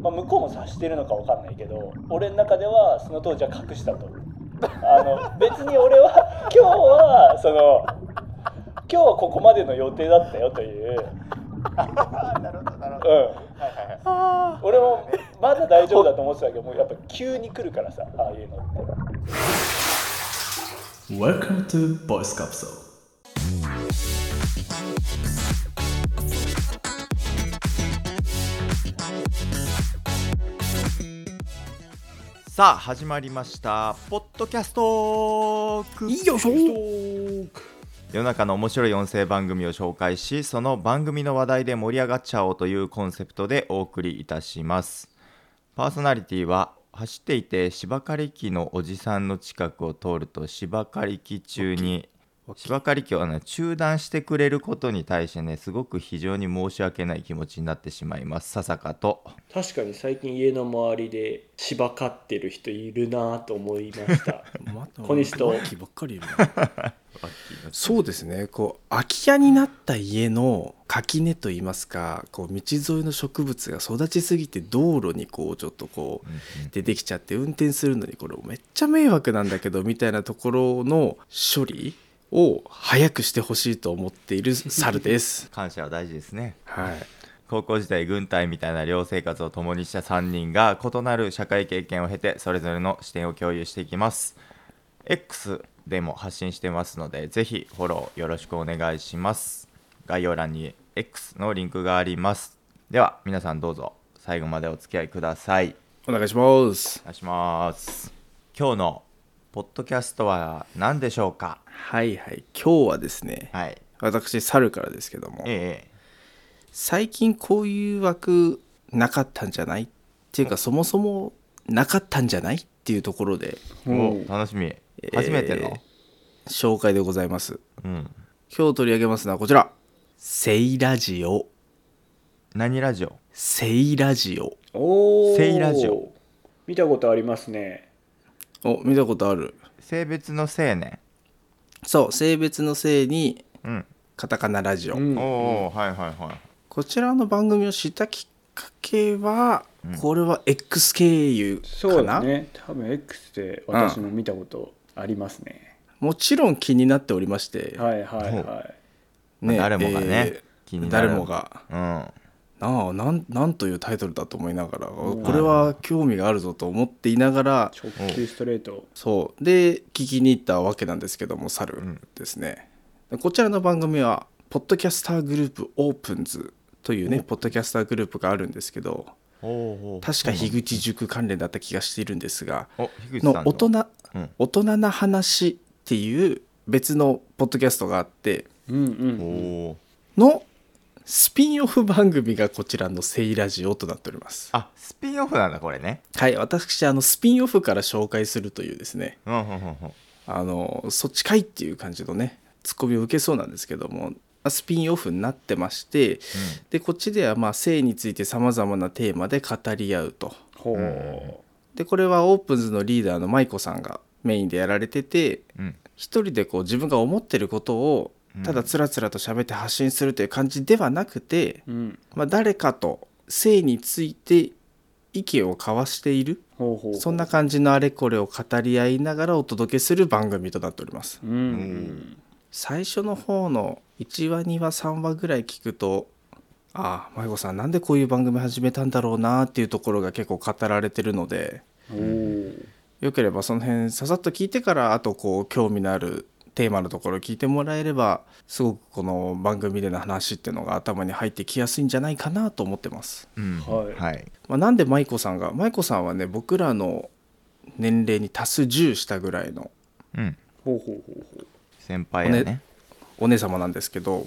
まあ、向こうも察してるのかわかんないけど俺の中ではその当時は隠したとあの 別に俺は今日はその今日はここまでの予定だったよと いう、あなるほどうなるほど、ん、はいはいはいあ俺もまだ大丈夫だと思ってたけどもうやっぱ急に来るからさああいうのって。 Welcome to Voice Capsule. さあ始まりましたポッドキャストークいいよそう世の中の面白い音声番組を紹介しその番組の話題で盛り上がっちゃおうというコンセプトでお送りいたしますパーソナリティは走っていて芝刈り機のおじさんの近くを通ると芝刈り機中に芝刈り機をあの中断してくれることに対してねすごく非常に申し訳ない気持ちになってしまいますささかと確かに最近家の周りで芝刈ってる人いるなぁと思いました また小西とワッキーばっかりいるな ワッキーのそうですねこう空き家になった家の垣根といいますかこう道沿いの植物が育ちすぎて道路にこうちょっとこううんうん出てきちゃって運転するのにこれめっちゃ迷惑なんだけどみたいなところの処理を早くしてほしいと思って いる猿です。感謝は大事ですねはい、高校時代軍隊みたいな寮生活を共にした3人が異なる社会経験を経てそれぞれの視点を共有していきます X でも発信してますのでぜひフォローよろしくお願いします概要欄に X のリンクがありますでは皆さんどうぞ最後までお付き合いくださいお願いしますお。願いします今日のポッドキャストは何でしょうかはいはい今日はですねはい私猿からですけどもえ最近こういう枠なかったんじゃないっていうかそもそもなかったんじゃないっていうところでえお楽しみー初めての、紹介でございます。うん今日取り上げますのはこちら「セイラジオ」何ラジオ「セイラジオおーセイラジオ見たことありますね」お見たことある性別の青年そう性別の性にうんカタカナラジオ、うんおお、はいはいはいこちらの番組を知ったきっかけは、これは X 経由そかうだな、ね多分 X で私も見たことありますね、もちろん気になっておりまして、はいはいはいね誰もがね気になる誰もがうんなあなんなんというタイトルだと思いながらこれは興味があるぞと思っていながら直球ストレートそうで聞きに行ったわけなんですけども猿ですね、こちらの番組はポッドキャスターグループオープンズというねポッドキャスターグループがあるんですけどおうおう確か樋口塾関連だった気がしているんですがお樋口のさん大人、うん大人な話っていう別のポッドキャストがあってうんおうんおのスピンオフ番組がこちらの「セイラジオ」となっておりますあスピンオフなんだこれねはい私あのスピンオフから紹介するというですねうんうんうんうんあのそっちかいっていう感じのねツッコミを受けそうなんですけどもスピンオフになってまして、でこっちではまあ性についてさまざまなテーマで語り合うとほう、でこれはオープンズのリーダーの舞子さんがメインでやられててうん一人でこう自分が思ってることをただつらつらと喋って発信するという感じではなくて、うん、まあ、誰かと性について意見を交わしているほうほうそんな感じのあれこれを語り合いながらお届けする番組となっておりますうんうん最初の方の1話2話3話ぐらい聞くとああ舞子さんなんでこういう番組始めたんだろうなっていうところが結構語られてるのでおーよければその辺ささっと聞いてからあとこう興味のあるテーマのところを聞いてもらえればすごくこの番組での話っていうのが頭に入ってきやすいんじゃないかなと思ってます。うんはいはいまあ、なんで舞子さんが舞子さんはね僕らの年齢に足す10したぐらいのうんほうほうほうほう先輩やねねお姉様なんですけどうん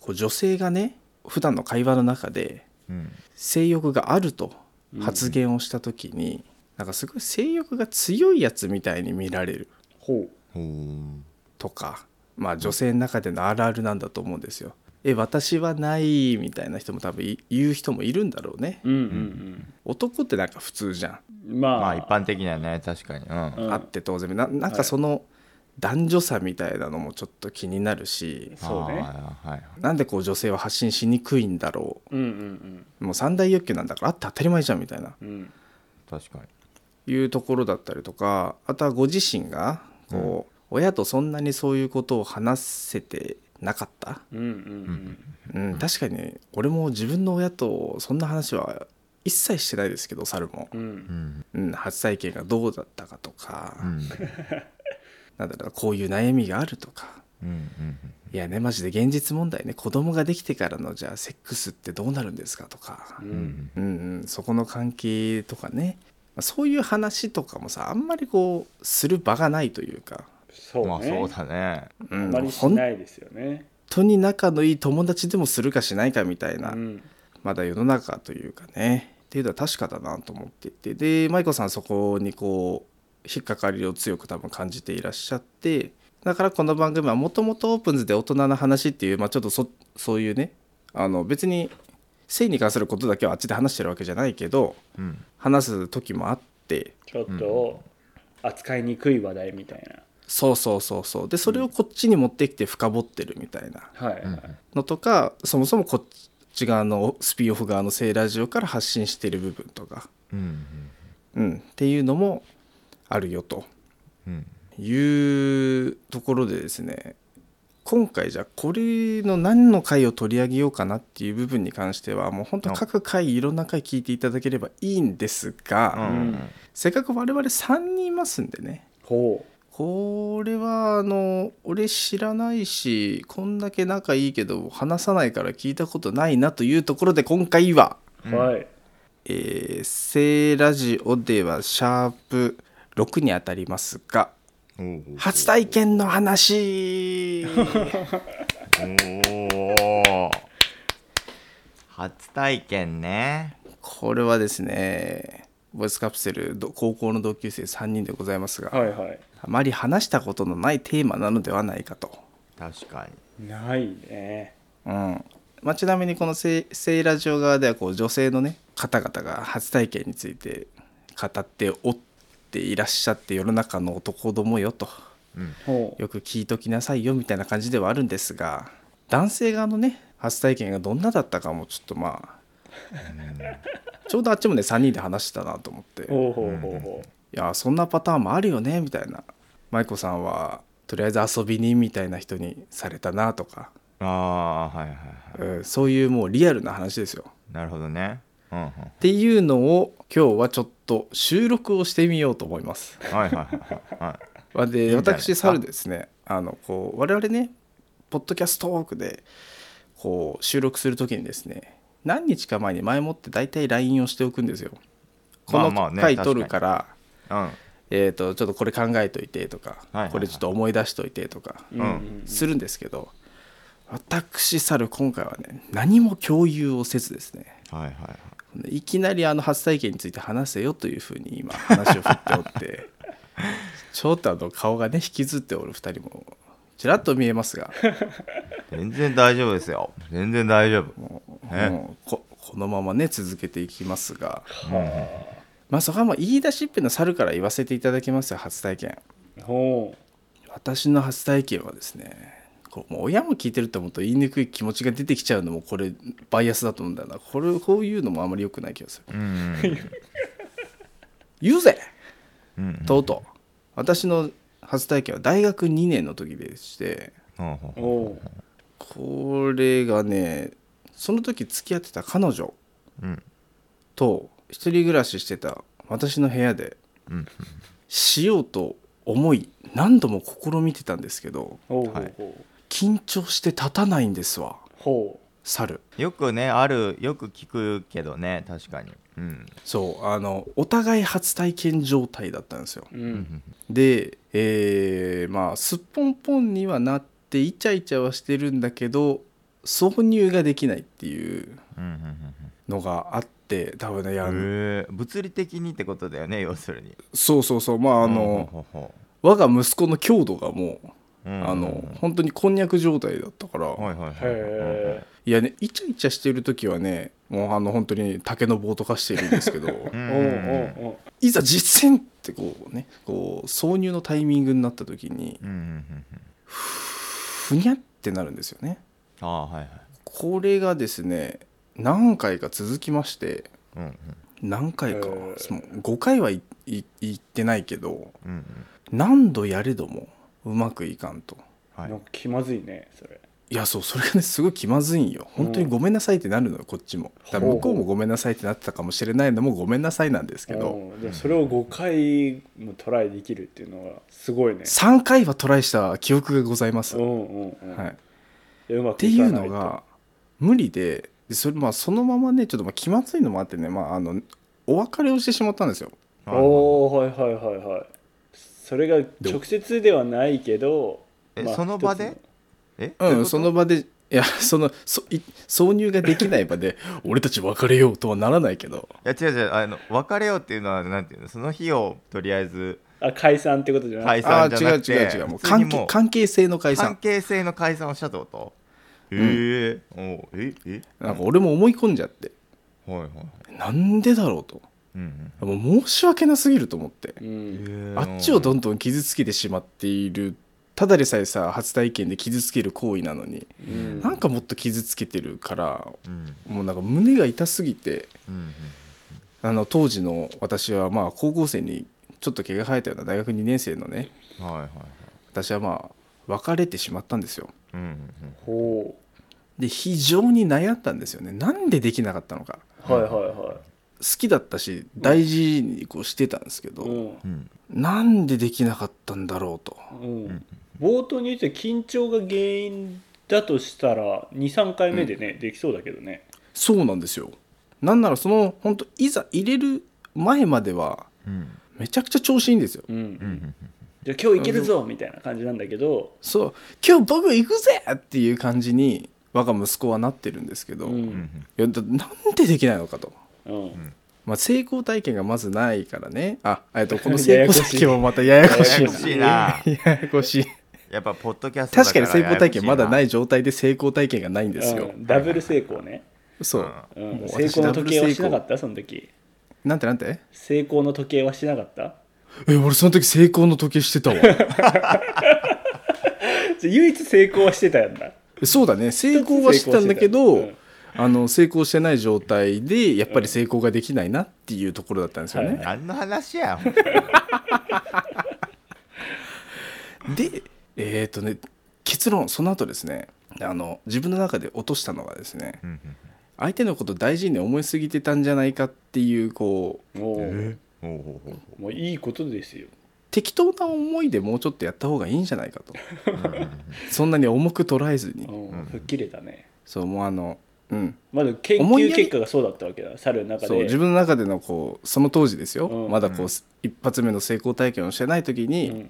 こう女性がね普段の会話の中でうん性欲があると発言をした時に、なんかすごい性欲が強いやつみたいに見られるほうおーとか、まあ、女性の中でのあるあるなんだと思うんですよ。え私はないみたいな人も多分い言う人もいるんだろうねうんうん男ってなんか普通じゃん、うんまあまあ一般的にはね確かにうんうんあって当然ななんかその男女差みたいなのもちょっと気になるしそうねあーはいなんでこう女性は発信しにくいんだろうんうんうもう三大欲求なんだからあって当たり前じゃんみたいなうんうん確かにいうところだったりとかあとはご自身がこう、親とそんなにそういうことを話せてなかった、うんうんうん、確かに俺も自分の親とそんな話は一切してないですけど猿も、うんうんうんうん、初体験がどうだったかとか、うんなんだろうこういう悩みがあるとかうんうんいやねマジで現実問題ね子供ができてからのじゃあセックスってどうなるんですかとか、ううんうんんうんうん、そこの関係とかねまあそういう話とかもさあんまりこうする場がないというか、そうまあねそうだねうあん、まりし本ないですよね当に仲のいい友達でもするかしないかみたいうな、んまだ世の中というかねっていうのは確かだなと思っていてで舞子さんそこにこう引っかかりを強く多分感じていらっしゃってだからこの番組はもともとオープンズで大人の話っていう、まあ、ちょっとそそういうねあの別に性に関することだけはあっちで話してるわけじゃないけどうん話す時もあってちょっと扱いにくい話題みたいなそうそうそうそうでそれをこっちに持ってきて深掘ってるみたいなはいはいのとかそもそもこっち側のスピンオフ側の性ラジオから発信してる部分とかうんうん、っていうのもあるよとうんいうところでですね今回じゃあこれの何の回を取り上げようかなっていう部分に関してはもう本当各回いろんな回聞いていただければいいんですうが、んうんせっかく我々3人いますんでねほこれはあの俺知らないしこんだけ仲いいけど話さないから聞いたことないなというところで今回はうはいえー、聖ラジオではシャープ6にあたりますがおー初体験の話おー初体験ねこれはですねボイスカプセルど高校の同級生3人でございますが、はいはいあまり話したことのないテーマなのではないかと、確かにないねうんまあ、ちなみにこの聖聖ラジオ側ではこう女性のね方々が初体験について語っておっていらっしゃって世の中の男どもよと。ほうよく聞いときなさいよみたいな感じではあるんですが男性側のね初体験がどんなだったかもちょっとまあちょうどあっちもね3人で話してたなと思って「いほうほうほうほやそんなパターンもあるよね」みたいな舞子さんはとりあえず遊びにみたいな人にされたなとか、ああはいはいはうんそういうもうリアルな話ですよ。いなるほどねうんうんはっていうのを今日はちょっと収録をしてみようと思います。いはいはいはいまあでいんじゃない私猿ですねあのこう我々ねポッドキャストトークでこう収録する時にですね何日か前に前もって大体 LINE をしておくんですよ。こまあのまあね回取るから、うんえー、とちょっとこれ考えといてとか、いはいはいこれちょっと思い出しといてとかううんうんするんですけど、私猿今回はね何も共有をせずですねはいはいはいいきなりあの初体験について話せよというふうに今話を振っておってちょっとあの顔がね引きずっておる2人もちらっと見えますが全然大丈夫ですよ全然大丈夫えもうここのままね続けていきますがはまあそこはもう言い出しっぺの猿から言わせていただきますよ初体験あほ私の初体験はですねこうもう親も聞いてると思うと言いにくい気持ちが出てきちゃうのもこれバイアスだと思うんだよなこれこういうのもあまり良くない気がするうん言うぜうんうんとうとう私の初体験は大学2年の時でしてほうほううほうほうこれがねその時付き合ってた彼女うんと一人暮らししてた私の部屋でうんしようと思い何度も試みてたんですけどほうほはういほう緊張して立たないんですわほ猿よくねあるよく聞くけどね確かにうんそうあのお互い初体験状態だったんですよううんで、えーまあすっぽんぽんにはなってイチャイチャはしてるんだけど挿入ができないっていううんうんうんのがあって多分ねいやへえ物理的にってことだよね要するにそうそうそうまああの、ほうほうほ我が息子の強度がもううんあの本当にこんにゃく状態だったから、はいはへいはいえいやねイチャイチャしてる時はねもうあの本当に竹の棒とかしてるんですけどうんうんうんうんいざ実践ってこうねこう挿入のタイミングになった時にうんうんうんうんふにゃってなるんですよねああはいはいこれがですね何回か続きましてうんうん何回か、へーもう5回はいいいってないけどうんうん何度やれどもうまくいかんとはいなんか気まずいねそれいやそうそれがねすごい気まずいんよ本当にごめんなさいってなるのよこっちもだから向こうもごめんなさいってなってたかもしれないのもごめんなさいなんですけどうんでもそれを5回もトライできるっていうのがすごいね3回はトライした記憶がございます、うはんうんうんい、っでうまくていいかうなのいとが無理ででそれまあそのままねちょっとまあ気まずいのもあってね、まあ、あのお別れをしてしまったんですよはいおおはいはいはいはいそれが直接ではないけどえまあその場で一つえうん、そその場でいや そのそい挿入ができない場で 俺たち別れようとはならないけどいや違う違うあの別れようっていうのはなんていうのその日をとりあえずあ解散ってことじゃな解い散ーじゃ違なうくて違う違うもう普通に関係関係性の解関散係性の解散をしたってことええおうええなんか俺も思い込んじゃってはいはいなんでだろうとうんもう申し訳なすぎると思ってううんんへえあっちをどんどん傷つけてしまっているただでさえさ初体験で傷つける行為なのにうんなんかもっと傷つけてるからうんもうなんか胸が痛すぎてうんあの当時の私はまあ高校生にちょっと毛が生えたような大学2年生のねうんはいはいはい私はまあ別れてしまったんですようんうんほで非常に悩んだんですよねなんでできなかったのかうはいはいは好きだったし大事にこうしてたんですけいど、うんうんなんでできなかったんだろうとうん冒頭に言って緊張が原因だとしたら23回目でね、できそうだけどねそうなんですよなんならその本当いざ入れる前まではうんめちゃくちゃ調子いいんですようん、うんうんじゃあ今日いけるぞみたいな感じなんだけどそう今日僕行くぜっていう感じに我が息子はなってるんですけど、ういんやだなんでできないのかと、うんまあ、成功体験がまずないからねあえっと このや成やこ功しい体験もまたややこしいややこしいなややこ しいやっぱポッドキャストだ確かに成功体験まだないい状態で成功体験がないんですうよ、んダブル成功ね、そううもん、う成私功の時計はダブル成功しなかったその時なんてなんて成功の時計はしなかったえ俺その時成功の時計してたわじゃあ唯一成功はしてたやんだ そうだね成功はしてたんだけど、うんあの成功してない状態でやっぱり成功ができないなっていうところだったんですよね、は何の話やん でえっ、とね結論その後ですねあの自分の中で落としたのがですねうん相手のこと大事に思いすぎてたんじゃないかっていうこうもううんおうおうおうもういいことですよ適当な思いでもうちょっとやった方がいいんじゃない かとうんうんそんなに重く捉えずにうん吹っ切れたねそうもうあのうんまだ研思いや究り結果がそうだったわけだ猿の中そうで自分の中でのこうその当時ですよ、うんまだこう、一発目の成功体験をしてない時に、うんうん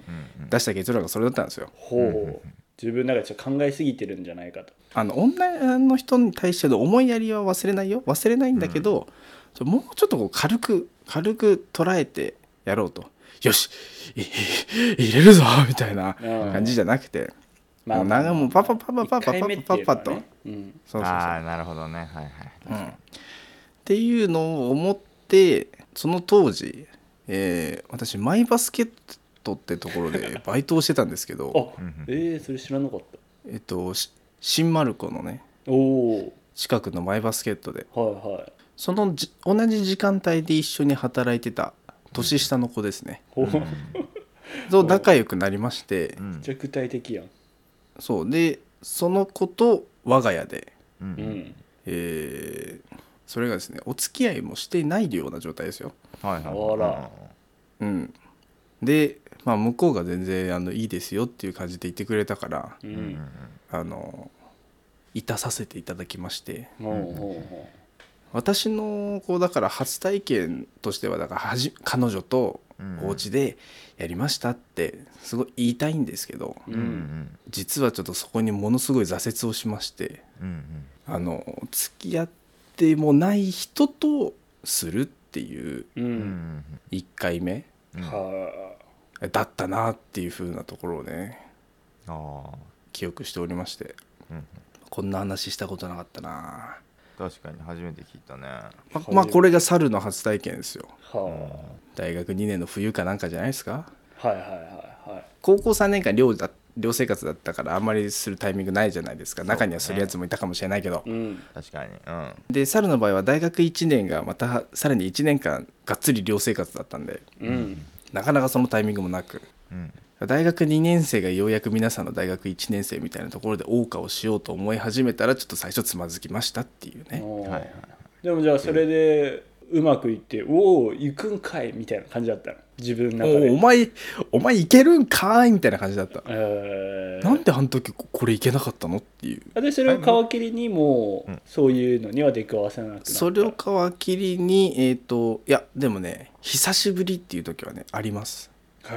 出した結論がそれだったんですよほう自分の中でちょっと考えすぎてるんじゃないかとあの女の人に対しての思いやりは忘れないよ忘れないんだけど、ちょもうちょっとこう軽く軽く捉えてやろうとよしい入れるぞみたいな感じじゃなくて、まあもう長もうパパパパパパパ一回目ってパいうのパはパと、ねうんそうそうそうああなるほどねはいはいうんっていうのを思ってその当時、えー私マイバスケットってところでバイトをしてたんですけあど、んえー、それ知らなかったえっと、し新丸子のねおお近くのマイバスケットではいはいそのじ同じ時間帯で一緒に働いてた年下の子ですね、ほうと仲良くなりまして、うんじゃあ具体的やんそうでその子と我が家で、ううんんえーそれがですねお付き合いもしていないような状態ですよ、はいはいほらうん、で、まあ、向こうが全然あのいいですよっていう感じで言ってくれたからううんんあのいたさせていただきましてほうほうほ私のこうだから初体験としてはだからはじ彼女とうんお家でやりましたってすごい言いたいんですけどうううんうんん実はちょっとそこにものすごい挫折をしましてうんうんあの付き合ってもない人とするっていうううんうんん1回目うんうんはだったなっていう風なところをねあー記憶しておりまして、うんこんな話したことなかったな確かに初めて聞いたねままあこれが猿の初体験ですよは大学2年の冬かなんかじゃないですかあ、はいはいはいはい高校3年間寮だ寮生活だったからあんまりするタイミングないじゃないですかうね中にはするやつもいたかもしれないけど、うん確かにうんで猿の場合は大学1年がまたさらに1年間がっつり寮生活だったんでうんなかなかそのタイミングもなくうん大学2年生がようやく皆さんの大学1年生みたいなところで謳歌をしようと思い始めたらちょっと最初つまずきましたっていうねおーはいはいでもじゃあそれでうまくいって「おお行くんかい」みたいな感じだったの自分のお中うおで、前お前いけるんかーいみたいな感じだったえーなんであの時ここれいけなかったのっていうでそれを皮切りにもううんそういうのには出くわせなくなったそれを皮切りにえっ、といやでもね久しぶりっていう時はねあります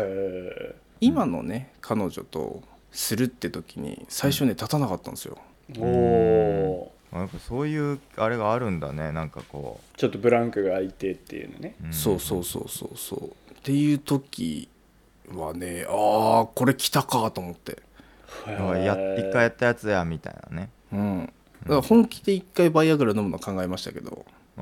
へ今のね彼女とするって時に最初ね立たなかったんですよーおーあやっぱそういうあれがあるんだねなんかこちょっとブランクが空いてっていうのねう、んそうそうそうそうそうっていう時はねああこれ来たかと思ってへだからーや一回やったやつやみたいなねうんだから本気で一回バイアグラ飲むの考えましたけどお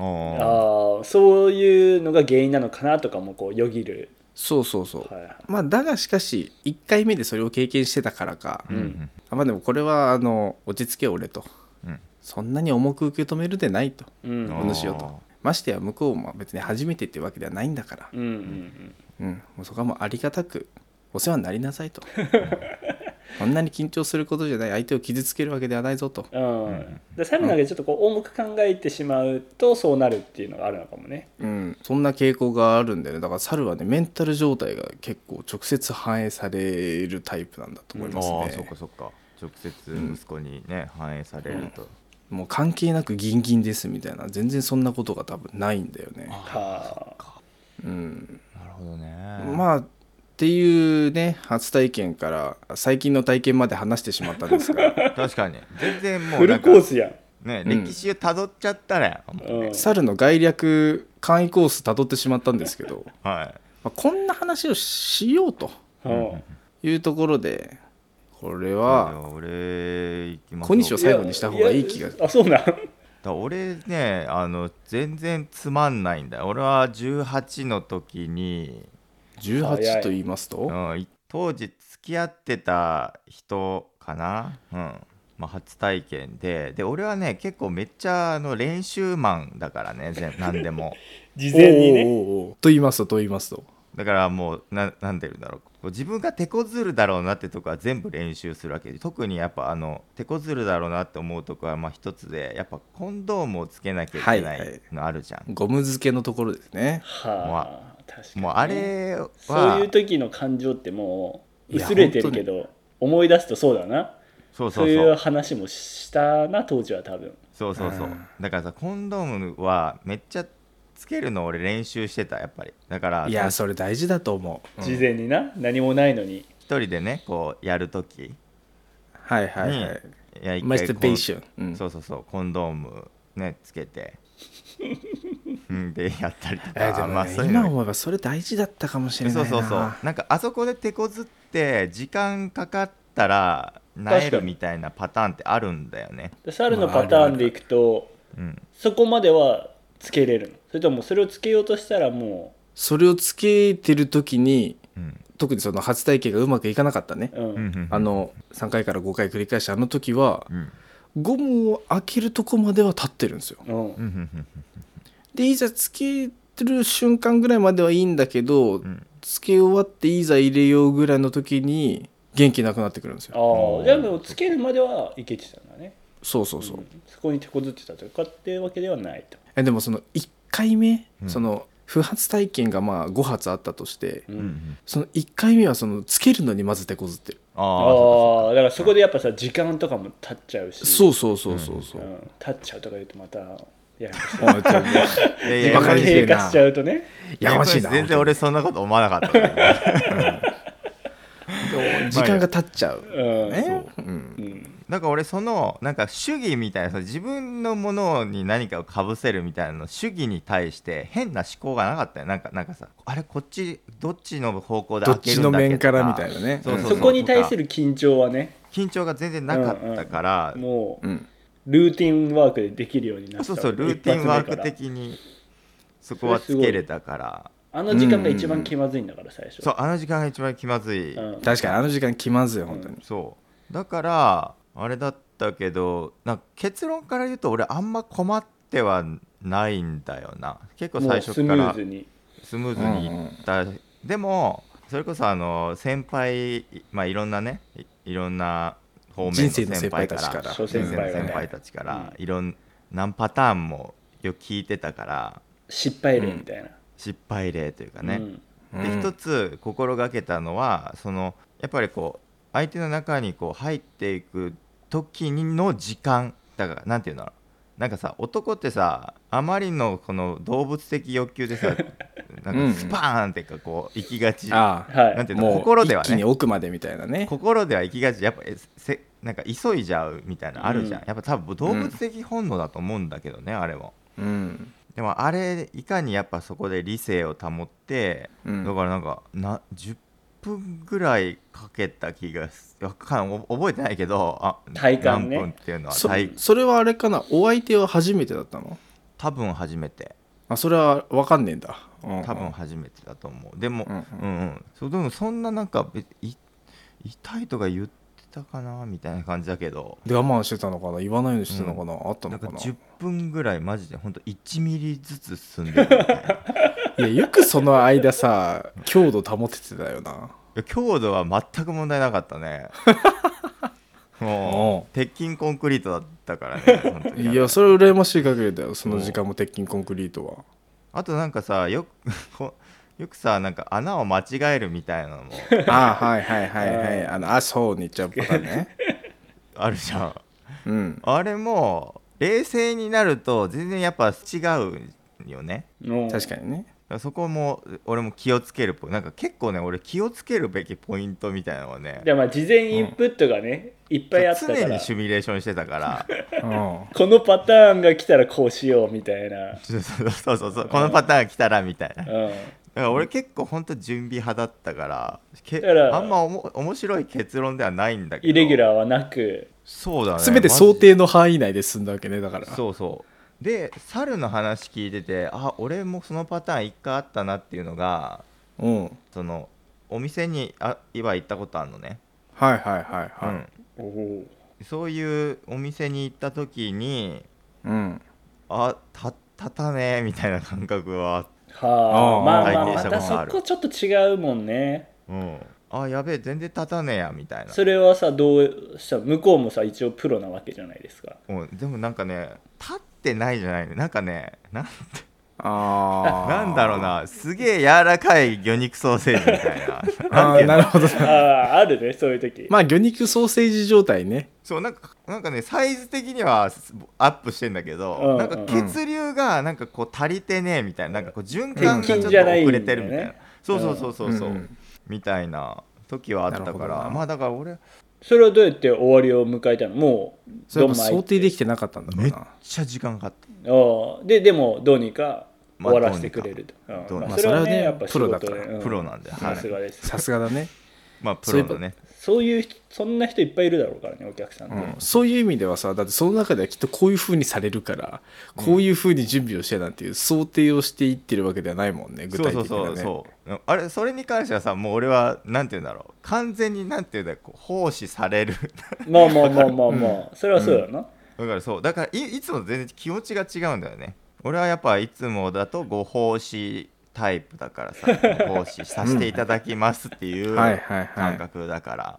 あーあそういうのが原因なのかなとかもこうよぎる、そうそうそう、はいはいまあだがしかし1回目でそれを経験してたからか、ううんんあまあでもこれはあの落ち着け俺とうんそんなに重く受け止めるでないとうん、うんうんお主よとましてや向こうも別に初めてっていうわけではないんだから、うんうんうんもうそこはもうありがたくお世話になりなさ いとこんなに緊張することじゃない相手を傷つけるわけではないぞとうんで最後だけちょっとこう重く考えてしまうとそうなるっていうのがあるのかもねうん、そんな傾向があるんだよねだから猿はねメンタル状態が結構直接反映されるタイプなんだと思いあますあねそっ、かそっか直接息子にね、反映されると、もう関係なくギンギンですみたいな全然そんなことが多分ないんだよねはあうんなるほどねあまあっていうね初体験から最近の体験まで話してしまったんですが確かに全然もフうなルんかコースやんねうん歴史をたどっちゃったね、もううん猿の概略簡易コース辿ってしまったんですけど、はまあ、こんな話をしようとうんいうところでこれいはじゃあ俺行きます小西を最後にした方がいい気がやあそうなんだ俺ねあの全然つまんないんだよ俺は18の時に、 18と言いますうとん、い当時付き合ってた人かなうんまあ、初体験でで俺はね結構めっちゃあの練習マンだからね全何でも事前におねうおうおうと言いますとと言いますとだからもうななんて言うんだろうこう自分が手こずるだろうなってとこは全部練習するわけで特にやっぱあの手こずるだろうなって思うとこはまあ一つでやっぱコンドームをつけなきゃいけなはいはいいのあるじゃん、ゴム漬けのところですねはあ確かにねもうあれはそういう時の感情ってもういや薄れてるけど思い出すとそうだなそうそそうういそうう話もしたな当時は多分そうそうそうだからさコンドームはめっちゃつけるの俺練習してたやっぱりだからいやそれ大事だと思う、事前にな何もないのに一人でねこうやるときはいはいはい、いや一回こうマスターベーション、うんそうそうそうコンドームねつけて うんでやったりとえーかでもねそういうの今思えばそれ大事だったかもしれないそなうそうそうなんかあそこで手こずって時間かかったらなえ確かるにみたいなパターンってあるんだよねで猿のパターンでいくとうんそこまではつけれるのそれともそれをつけようとしたらもそれをつけてる時にうん特にその初体験がうまくいかなかったねう、う、うんうんんあの3回から5回繰り返したあの時はうんゴムを開けるとこまでは立ってるんですようんうんうんでいざつけてる瞬間ぐらいまではいいんだけど、うんつけ終わっていざ入れようぐらいの時に元気なくなってくるんですよあうあんじゃあもうつけるまではいけてたんだねそうそうそう、んそこに手こずってたとかってわけではないとえでもその1回目、うんその不発体験がまあ5発あったとして、ううんんうんその1回目はそのつけるのにまず手こずってる、ああああだからそこでやっぱさ時間とかも経っちゃうしそうそうそうそうそうう、ん、経っちゃうとか言うとまたやらかし おいちょっとねい今から経過しちゃうとねやましいな全然俺そんなこと思わなかったけどね時間が経っちゃう、うんね、うんうんなんか俺そのなんか主義みたいなその自分のものに何かをかぶせるみたいなの主義に対して変な思考がなかったよなんかなんかさあれこっちどっちの方向でど開っけちるのんだっけ面からみとたいなねそうそうそこに対する緊張はね緊張が全然なかったから、もううんルーティンワークでできるようになったそうそうルーティンワーク的にそこはつけれたからあの時間が一番気まずいんだから最初そうあの時間が一番気まずい、うん確かにあの時間気まずいよ本当に、そうだからあれだったけどなんか結論から言うと俺あんま困ってはないんだよな結構も最う初スムかーらズにスムーズにいった、でもそれこそあの先輩、まあ、いろんなねいいろんな方面の人生の先先輩輩かたちからら諸人先生輩はのね先輩たちからいろん何パターンもよく聞いてたから失敗例みたいな、失敗例というかうんね、うんで一つ心がけたのはそのやっぱりこう相手の中にこう入っていく時にの時間だからなんていうんだろうなんかさ男ってさあまりのこの動物的欲求でさなんかスパーンってかこう行きがちああはいなんていうのもう心では一気にね奥までみたいなね心では行きがちやっぱえせなんか急いじゃうみたいなのあるじゃん、うんやっぱ多分動物的本能だと思うんだけどね、あれもうんでもあれいかにやっぱそこで理性を保ってうんだからなんかな10分ぐらいかけた気がすわかんお覚えてないけどあ体感ね何分っていうのはそ体それはあれかなお相手は初めてだったの多分初めてあそれは分かんねえんだ、うん多分初めてだと思うでも、ううんんううんんそうでもそんななんか別い痛いとか言ってたかなみたいな感じだけどで我慢してたのかな言わないようにしてたのかな、あったなのんかかな10分ぐらいマジでほんと1ミリずつ進んでるみたいない やよくその間さ強度保ててたよなや強度は全く問題なかった ねもう鉄筋コンクリートだったからねその時はねいやそれ羨ましい限りだよその時間も鉄筋コンクリートはあとなんかさよく こよくさなんか穴を間違えるみたいな のも ああはいはいはいはいあのあそうに行っちゃうパターン ねあるじゃんうんあれも冷静になると全然やっぱ違うよねうん確かにねだからそこも俺も気をつけるポイントなんか結構ね俺気をつけるべきポイントみたいなのをねでまあ事前インプットがね、いっぱいあったか常らにシミュレーションしてたから うんこのパターンが来たらこうしようみたいな、そうそうそうそうそうこのパターンが来たらみたいなだかうん、ら俺結構ほんと準備派だったからけだからあんまおも面白い結論ではないんだけどイレギュラーはなくそうだね全て想定の範囲内で済んだわけねだからそうそうで猿の話聞いててあ俺もそのパターン一回あったなっていうのがうんはいそのお店にあ今行ったことあるのね、はいはいはいうん、そういうお店に行った時にうんあたたたねみたいな感覚は、はああーまあまあ体験しまたたことあそるこちょっと違うもんねうん、あやべえ全然たたねえやみたいな、それはさどうした向こうもさ一応プロなわけじゃないです かうん、でもなんかね立ってないじゃないのなんかねなん ああなんだろうなすげえ柔らかい魚肉ソーセージみたいなあーなるほど あああるねそういう時、まあ魚肉ソーセージ状態ねそうなんかなんかねサイズ的にはすアップしてんだけど、うんうんなんか血流がなんかこう足りてねえみたいななんかこう循環がちょっ鉄筋と遅じゃないんだよねれてるみたいな、そうそうそうそうそう、うんうんみたいな時はあったなるほかどらなまあだから俺めっそれはどうやって終わりを迎えたのもうそれやっどぱんまい想定できてなかったんだろうなちゃ時間かかったああででもどうにかまあ終わらせてくれると、どうにかうんまあどうにかまあそれはそねれはねやっぱ仕事でプロだからうんプロなんで、はさいすがですさすがだねまあプロのねそういう人そんな人いっぱいいるだろうからねお客さんって、うんそういう意味ではさだってその中ではきっとこういうふうにされるからこういうふうに準備をしてなんていう想定をしていってるわけではないもんね具そう体そう的にそはうねそうあれそれに関してはさもう俺はなんて言うんだろう完全になんて言うんだろうこう奉仕されるまあまあまあまあまあ、それはそうだな、だからそうだからいいつもと全然気持ちが違うんだよね俺はやっぱいつもだとご奉仕タイプだから さご奉仕させていただきますっていうはいはいはい感覚だから、うん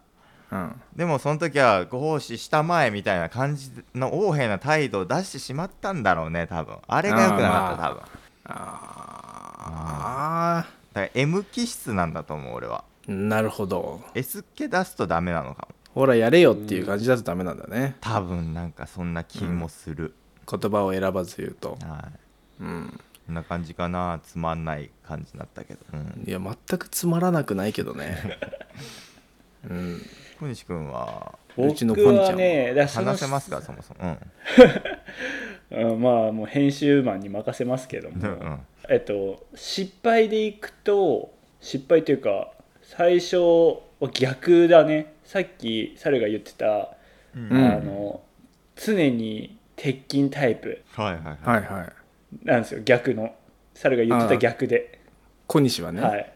でもその時はご奉仕したまえみたいな感じの横柄な態度を出してしまったんだろうね多分あれが良くなかった多あ分だかあら M 気質なんだと思う俺はーなるほど S 気出すとダメなのかもほらやれよっていう感じだとダメなんだね多分なんかそんな気もする、言葉を選ばず言うとはいうんこんな感じかなつまんない感じになったけど、うん、いや全くつまらなくないけどねうん小西君はうちの僕ポニちゃんははね、だからその話せますかそもそもうんうん、まあもう編集マンに任せますけども、うんうんえっと失敗でいくと失敗というか最初逆だねさっき猿が言ってた、うんあの常に鉄筋タイプはいはいはいはいはいなんですよ逆の猿が言ってた逆で、小西はね、はい、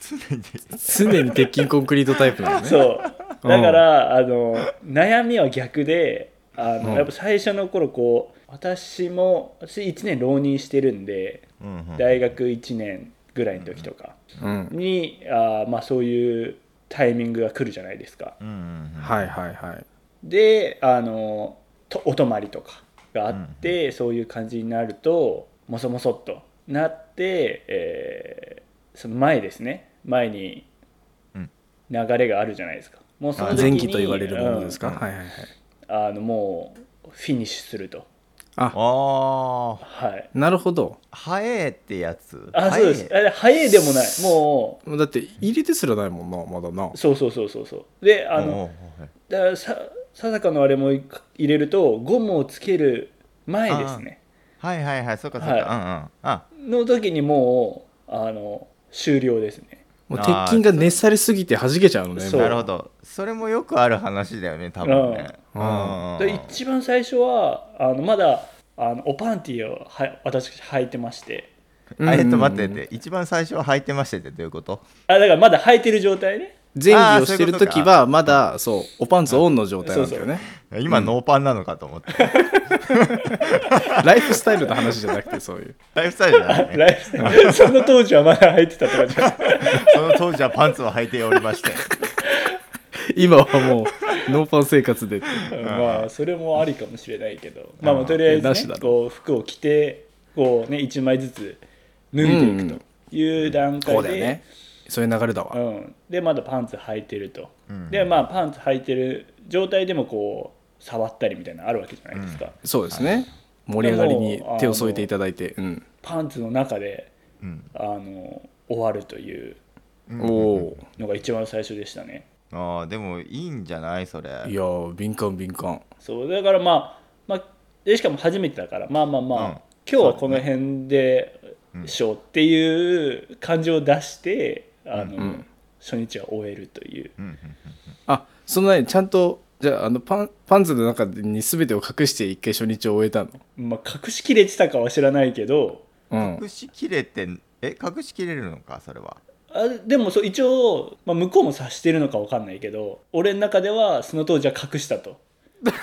常に鉄筋コンクリートタイプなの ねそうだから、あの悩みは逆であの、うんやっぱ最初の頃こう私も私1年浪人してるんで うんうん大学1年ぐらいの時とかうん、に、あーまあ、そういうタイミングが来るじゃないですかうんうんうんはいはいはいであのとお泊まりとかがあって、そういう感じになるともそもそっとなって、えーその前ですね前にうん流れがあるじゃないですかもうその時に前期と言われるものですか、うんはいはいはいうんあのもうフィニッシュするとああはいなるほどハエってやつあハそエうですあ早いでもないももうだって入れてすらないもんなまだなうそうそうそうそうそうであのおうはいだからさささかのあれも入れるとゴムをつける前ですねはいはいはいそうかそうか、はいうんうんあの時にもうあの終了ですねもう鉄筋が熱されすぎて弾けちゃうのねそうなるほどそれもよくある話だよね多分ねうんうんうんで一番最初はあのまだあのおパンティーをは私履いてましてうんあえっと待ってって一番最初は履いてましたってどういうことあだからまだ履いてる状態ね前期をしてる時はまだそうおパンツオンの状態なんだよね今ノーパンなのかと思って、ライフスタイルの話じゃなくてそういうライフスタイル だ ねライフスタイルその当時はまだ履いてたとかじゃないその当時はパンツを履いておりまして今はもうノーパン生活でってうんまあそれもありかもしれないけど、まあ、まあとりあえなず、しねだ、ろこう服を着てこうね1枚ずつ脱いでいくという段こ階うだよでねそういう流れだうわん、でまだパンツ履いてると、んでまあパンツ履いてる状態でもこう触ったりみたいなのあるわけじゃないですか、そうですね盛り上がりに手を添えていただいてうんパンツの中でうんあの終わるというおおのが一番最初でしたねあーでもいいんじゃないそれーいやー敏感敏感そうだからまあ、まあ、でしかも初めてだからまあまあまあ、うん今日はこの辺でしょうっていう感じを出して、あのん初日は終えるといううんうんあそのねちゃんとじゃああのパンパンツの中に全てを隠して一回初日を終えたのまあ隠しきれてたかは知らないけどうん隠しきれてえ隠しきれるのかそれはあでもそう一応、まあ、向こうも察してるのか分かんないけど俺の中ではその当時は隠したと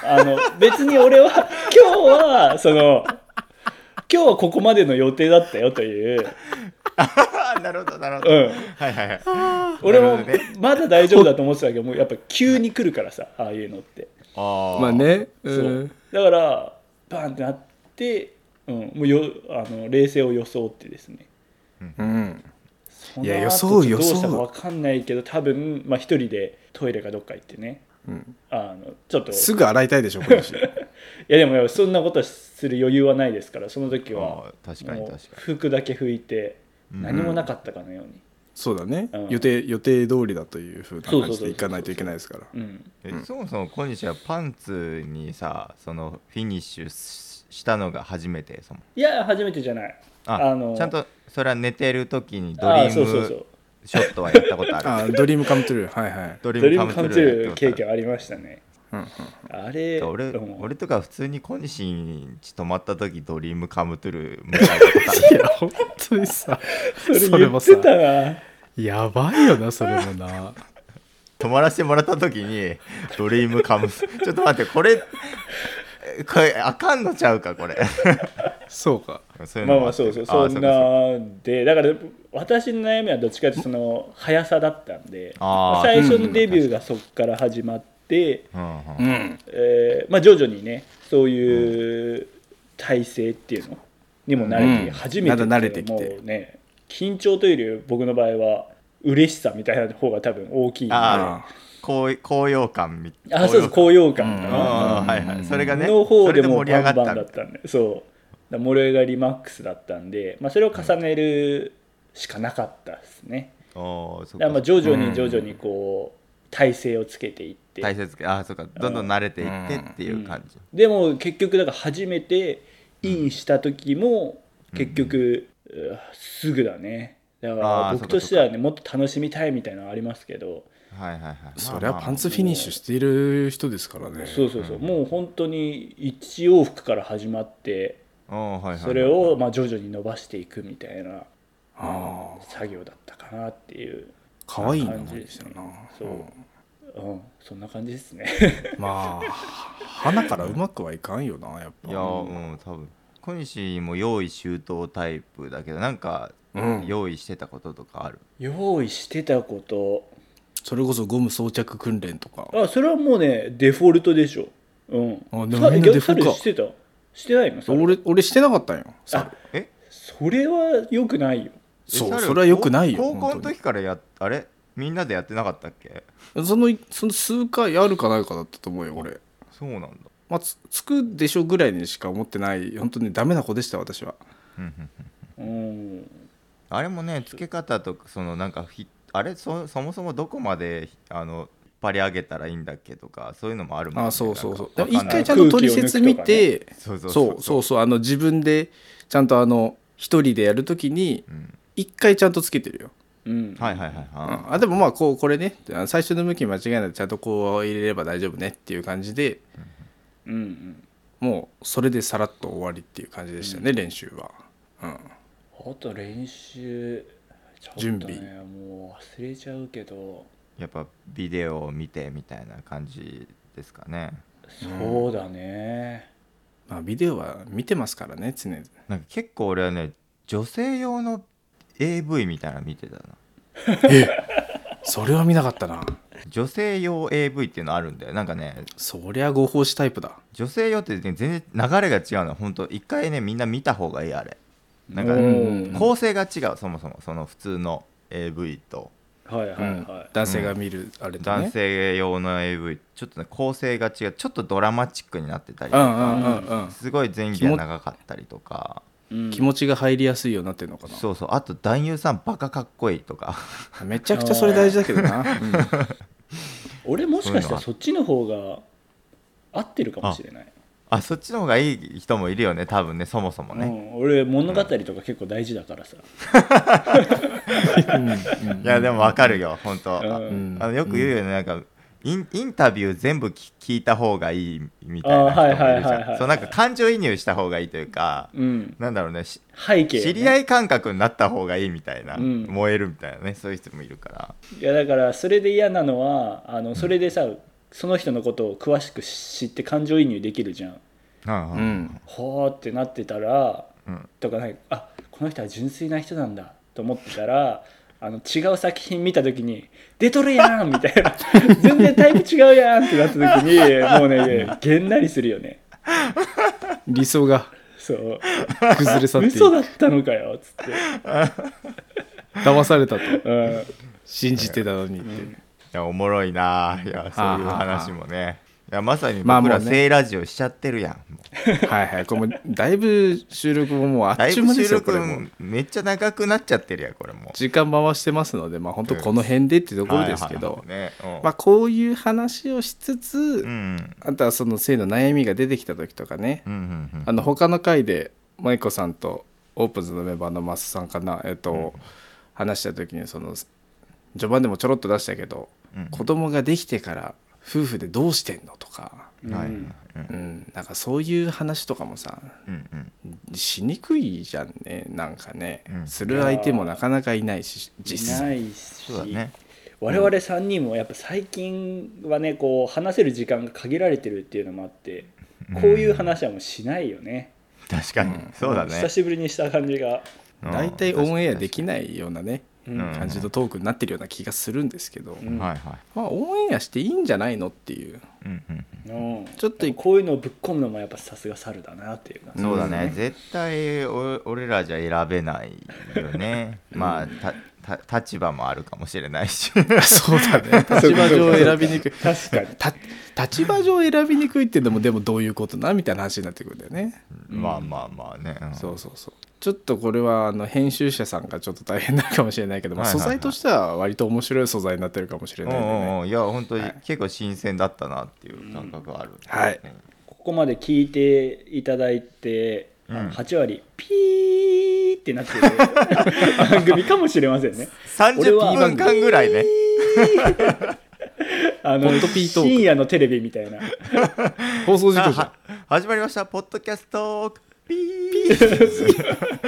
あ の別に俺は今日はその今日はここまでの予定だったよという、あーなるほどなるほうど、ん、はいはいはい俺もなるほどねまだ大丈夫だと思ってたけどもうやっぱ急に来るからさああいうのってあーまあねうそうんだからバンってなって、うん、もうよあの冷静を装ってですねうんそいやの後装うちょっとどう装うしたか分かんないけど多分、まあ、一人でトイレかどっか行ってねうんあのちょっとすぐ洗いたいでしょ 小西いやでもそんなことする余裕はないですからその時あはー確かにもう確かに服だけ拭いてうん何もなかったかのように、そうだねうん予定予定通りだというふうなそうそ感うそうじそうでいかないといけないですからうんえそもそも小西はパンツにさそのフィニッシュししたのが初めてそのいや初めてじゃないああのちゃんとそれは寝てる時にドあリあーそうそうそムうショットはやったことあるあドリームカムトゥルーはいはいドリドリームカムムトトゥルゥーやルったことある経験ありましたねうんうんあれ俺うん俺とか普通に小西んち泊まった時ドリームカムトゥルー迎えたことあるいや本当にさそれそれ言もっさてたなやばいよなそれもな泊まらせてもらった時にドリームカムちょっと待ってこれえこれあかんのちゃうかこれ そうかそういうまあのまもあってそうそうあそーんうかなんでだから私の悩みはどっちかというとその速さだったんであー最初のデビューがそこから始まって、そううんうんうんえーまあ、徐々にねそういう体勢っていうのにも慣れうてん初めてだんだん慣れてきてもうね緊張というより僕の場合は嬉しさみたいな方が多分大きいんでああ高高揚感みそうそう高揚感かうな、んはいはいそれがねの方そでれでもう盛りバ上ンがバンっただったんでそうだから盛り上がりマックスだったんで、まあ、それを重ねるしかなかったですね、おーそだっからまあか徐々に徐々にこう、体勢をつけていって大切ああそうかどんどん慣れていってっていう感じ、でも結局だから初めてインした時も結局、うわすぐだねだかあーらそ僕っかそっとかしてはねもっと楽しみたいみたいなのはありますけどはいはいはいそりゃパンツツフィニッシュしている人ですからねそうそうそう、もう本当に一往復から始まってはいはいそれをまあ徐々に伸ばしていくみたいなああ作業だったかなっていう可愛いな感じですねなそう、うん、そんな感じですね まあ花からうまくはいかんよなやっぱいやうん多分小西も用意周到タイプだけどなんかうん用意してたこととかある、用意してたことそれこそゴム装着訓練とかあそれはもうねデフォルトでしょうんあでさもみんな逆デフォか猿してたしてないのそれ俺俺してなかったんよあえそれはよくないよそうえ猿それは良くないよ高高校の本当に時からやっあれみんなでやってなかったっけそのその数回あるかないかだったと思うよ俺、そうなんだまあ、つつくでしょぐらいにしか思ってない本当にダメな子でした私はうんうんうんうんあれもね付け方とかそのなんかひあれそそもそもどこまであの引っ張り上げたらいいんだっけとかそういうのもあるもんねあそうそうそうでなんもかわ一かんない回ちゃんと取説見て、そうそうそうそうそうあの自分でちゃんとあの一人でやるときにうん一回ちゃんとつけてるよ、うんはいはいはいうんはあでもまあこうこれねあの最初の向き間違いなくちゃんとこう入れれば大丈夫ねっていう感じでうんうんもうそれでさらっと終わりっていう感じでしたね、練習は、うん、あと練習ちょっと、ね、準準備備もう忘れちゃうけどいやっぱビデオを見てみたいな感じですかねそうだね、まあビデオは見てますからね常になんか結構俺はね女性用の AV みたいなの見てたな それは見なかったな女性用 AV っていうのあるんだよなんかねそりゃ合法師タイプだ女性用って、ね、全然流れが違うの本当一回ねみんな見た方がいいあれなんかおー構成が違うそもそもその普通の AV とはいはいはい、男性が見るあれだね、男性用の AV ちょっとね構成が違うちょっとドラマチックになってたりとうんうかんうんうんすごい前期が長かったりとかうん気持ちが入りやすいようになってるのかなそうそうあと男優さんバカかっこいいとか めちゃくちゃそれ大事だけどな、うん俺もしかしたらそっちの方が合ってるかもしれない、あそっちの方がいい人もいるよね多分ねそもそもうね、ん、俺物語とか結構大事だからさ、いやでもわかるよ本当、うんんあのよく 言うよね、なんかインインタビュー全部聞聞いた方がいいみたいなあーはい人もいるじはいはいゃはんいそうなんか感情移入した方がいいというか、うん、なんだろうねし背景、ね、知り合い感覚になった方がいいみたいな、うん燃えるみたいなねそういう人もいるからいやだからそれで嫌なのはあのそれでさ、その人のことを詳しく知って感情移入できるじゃん。うんうんうんほーってなってたら、うんとかなんかあこの人は純粋な人なんだと思ってたらあの違う作品見た時に「出とるやん!」みたいな 「全然タイプ違うやん!」ってなった時にもうねげんなりするよね。理想がそう崩れ去っていく嘘だったのかよっつって、騙されたとうん、信じてたのにって、いやおもろいなあいやそういう話もねいやまさにまあ僕らもうね聖ラジオしちゃってるやん、もうはいはいこれもだいぶ収録ももうあだっいちゅう間ぶで収すよこ録れもめっちゃ長くなっちゃってるやんこれも時間回してますのでまあ本当この辺でってところですけど、はいはいはいねうんまあこういう話をしつつ、うんあとはその性の悩みが出てきた時とかね、うんうんうんあの他の回で舞子さんとオープンズのメンバーのマスさんかな、えっと話した時にその序盤でもちょろっと出したけど、うん子供ができてから夫婦でどうしてんのとか、うんはいはいうんうん、なんかそういう話とかもさうんうんしにくいじゃんねなんかね、うんする相手もなかなかいないし実いな際いしそうだね我々3人もやっぱ最近はねこう話せる時間が限られてるっていうのもあってこういう話はもうしないよね、確かに、そうだね久しぶりにした感じがうん大体オンエアできないようなねうんうん感じのトークになってるような気がするんですけど、うんはいはいまあオンエアしていいんじゃないのっていううんうんうんちょっとでもこういうのをぶっ込むのもやっぱさすが猿だなっていうか、そうだね、うん絶対お俺らじゃ選べないよねまあたた立場もあるかもしれないし そうだね立場上選びにくい確かにた立場上選び にくいっていうのもでもどういうことなみたいな話になってくるんだよね、まあまあまあね、うんそうそうそうちょっとこれはあの編集者さんがちょっと大変なのかもしれないけど、まあはいはいはい素材としては割と面白い素材になってるかもしれうんないんでね、うんうんいや本当にはい結構新鮮だったなっていう感覚はある、はいうんここまで聞いていただいて、うん8割ピーってなってる番組かもしれませんね。俺は 30P 番間ぐらいねあのポッドピートーク深夜のテレビみたいな。放送 事故じゃんあは始まりましたポッドキャストピー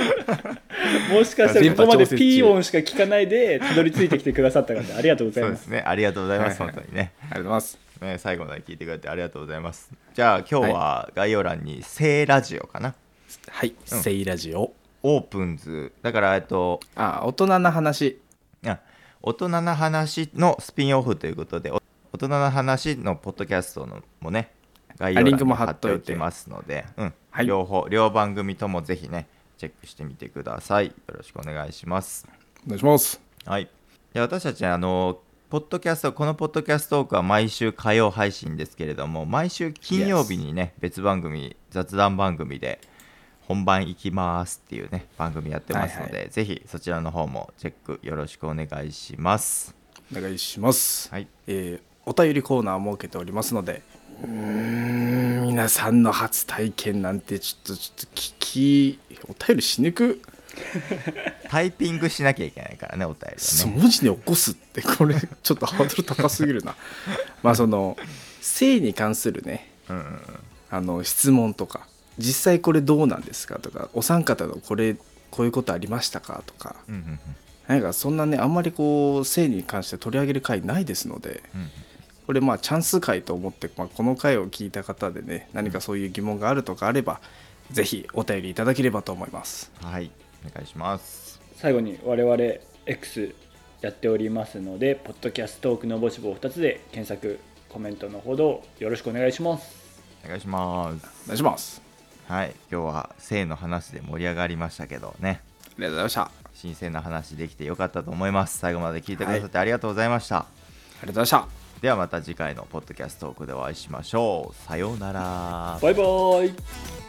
もしかしたらここま電波調で節中ピー音しか聞かないでたどり着いてきてくださった方ありがとうござそいうま。ですすねありがとうございますはい本はい当にね,、ありがとうございますね最後まで聞いてくれてありがとうございますじゃあ今日は概要欄に「聖ラジオ」かなはい、セイラジオオープンズだからえっとあ大人な話あ大人な話のスピンオフということでお大人な話のポッドキャストのもね概要欄リンにクも貼貼っってとおいてきますので、うんはい両方両番組ともぜひねチェックしてみてくださいよろしくお願いしますお願いしますはいで私たちあのポッドキャストこのポッドキャストトークは毎週火曜配信ですけれども毎週金曜日にね、別番組雑談番組で本番行きますっていうね番組やってますので、はぜひそちらの方もチェックよろしくお願いしますお願いします、はいえーお便りコーナーを設けておりますのでうーん皆さんの初体験なんてちょっとちょっと聞きお便りしにくタイピングしなきゃいけないからねお便りそはうね文字に起こすってこれちょっとハードル高すぎるな まあその性に関するねうんうんうんあの質問とか実際これどうなんですかとかお三方のこれこういうことありましたかとかうんうんなんかそんなねあんまりこう性に関して取り上げる回ないですのでうんこれまあチャンス回と思って、まあ、この回を聞いた方でね何かそういう疑問があるとかあればぜひお便りいただければと思いますうんはいお願いします最後に我々 X やっておりますので、ポッドキャストトークのぼし棒2つで検索、コメントのほどよろしくお願いします。お願いしますお願いしますはい今日は性の話で盛り上がりましたけどねありがとうございましたあ新鮮な話できてよかったと思います最後まで聞いてくださってありがとうございました、りがとうございましたではまた次回のポッドキャストトークでお会いしましょうさようならバイバイ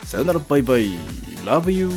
さよならバイバイ Love you